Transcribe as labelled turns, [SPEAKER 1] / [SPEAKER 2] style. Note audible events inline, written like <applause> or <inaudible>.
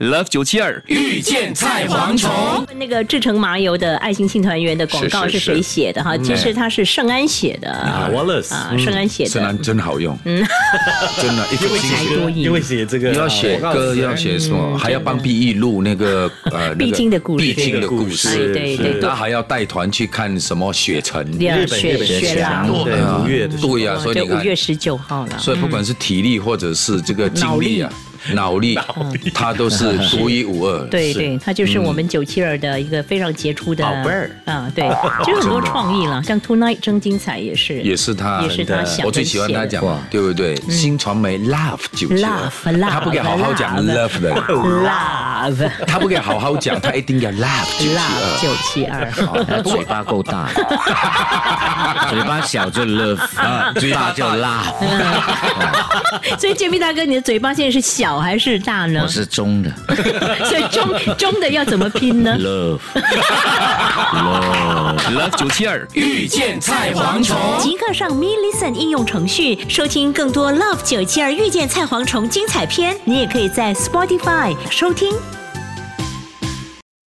[SPEAKER 1] Love 九七二
[SPEAKER 2] 遇见菜蝗虫。
[SPEAKER 3] 那个制成麻油的爱心庆团圆的广告
[SPEAKER 1] 是是
[SPEAKER 3] 是
[SPEAKER 1] 是
[SPEAKER 3] 谁写的哈？其实它是圣安写的
[SPEAKER 2] 啊，Wallace，
[SPEAKER 3] 啊，圣安写
[SPEAKER 1] 真
[SPEAKER 3] 的
[SPEAKER 1] 的。真好用，嗯，真的，一口气
[SPEAKER 3] 才多瘾
[SPEAKER 2] 因为写这个
[SPEAKER 1] 要写
[SPEAKER 2] 广告
[SPEAKER 1] 歌，
[SPEAKER 2] 词
[SPEAKER 1] 要写什么，还要帮毕义录那个呃那个
[SPEAKER 3] 嗯必经的故事
[SPEAKER 1] 必经的故事，
[SPEAKER 3] 哎对对
[SPEAKER 1] 是
[SPEAKER 3] 对
[SPEAKER 1] 他还要带团去看什么雪城，
[SPEAKER 3] 对
[SPEAKER 2] 日本
[SPEAKER 3] 雪
[SPEAKER 2] 日本
[SPEAKER 3] 雪狼
[SPEAKER 2] 对
[SPEAKER 1] 啊
[SPEAKER 2] 五月的时候
[SPEAKER 1] 对呀，
[SPEAKER 3] 哦
[SPEAKER 1] 所以
[SPEAKER 3] 对，
[SPEAKER 1] 你
[SPEAKER 3] 五
[SPEAKER 1] 看
[SPEAKER 3] 月，十九号了。
[SPEAKER 1] 所以不管是体力或者是这个精力啊，脑力，他都是独一无二。
[SPEAKER 3] 嗯 <laughs> 对
[SPEAKER 1] 是
[SPEAKER 3] 对，它就是我们九七二的一个非常杰出的
[SPEAKER 2] 宝贝儿
[SPEAKER 3] 啊，对，就有很多创意了，像 Tonight 真精彩也是，
[SPEAKER 1] 也是他，
[SPEAKER 3] 也是他想
[SPEAKER 1] 我最喜欢他讲，对不对？新传媒 love 九七二
[SPEAKER 3] Love，love，
[SPEAKER 1] 他不敢好好讲
[SPEAKER 3] love
[SPEAKER 1] love
[SPEAKER 2] <laughs>
[SPEAKER 1] 的，
[SPEAKER 3] Love
[SPEAKER 1] 他不敢好好讲，他一定要 love 九七
[SPEAKER 3] Love
[SPEAKER 1] 二。
[SPEAKER 3] 九七二，
[SPEAKER 4] 哦，他嘴巴够大，嘴巴小就 love，啊，嘴巴就辣，
[SPEAKER 3] 所以建斌大哥，你的嘴巴现在是小还是大呢
[SPEAKER 4] 我？是中的
[SPEAKER 3] 所以中中的要怎么拼呢？
[SPEAKER 4] love。
[SPEAKER 1] love 九七二
[SPEAKER 2] 遇见菜蝗虫。
[SPEAKER 3] 即刻上 Me Listen 应用程序收听更多 Love 九七二遇见菜蝗虫精彩片，你也可以在 Spotify 收听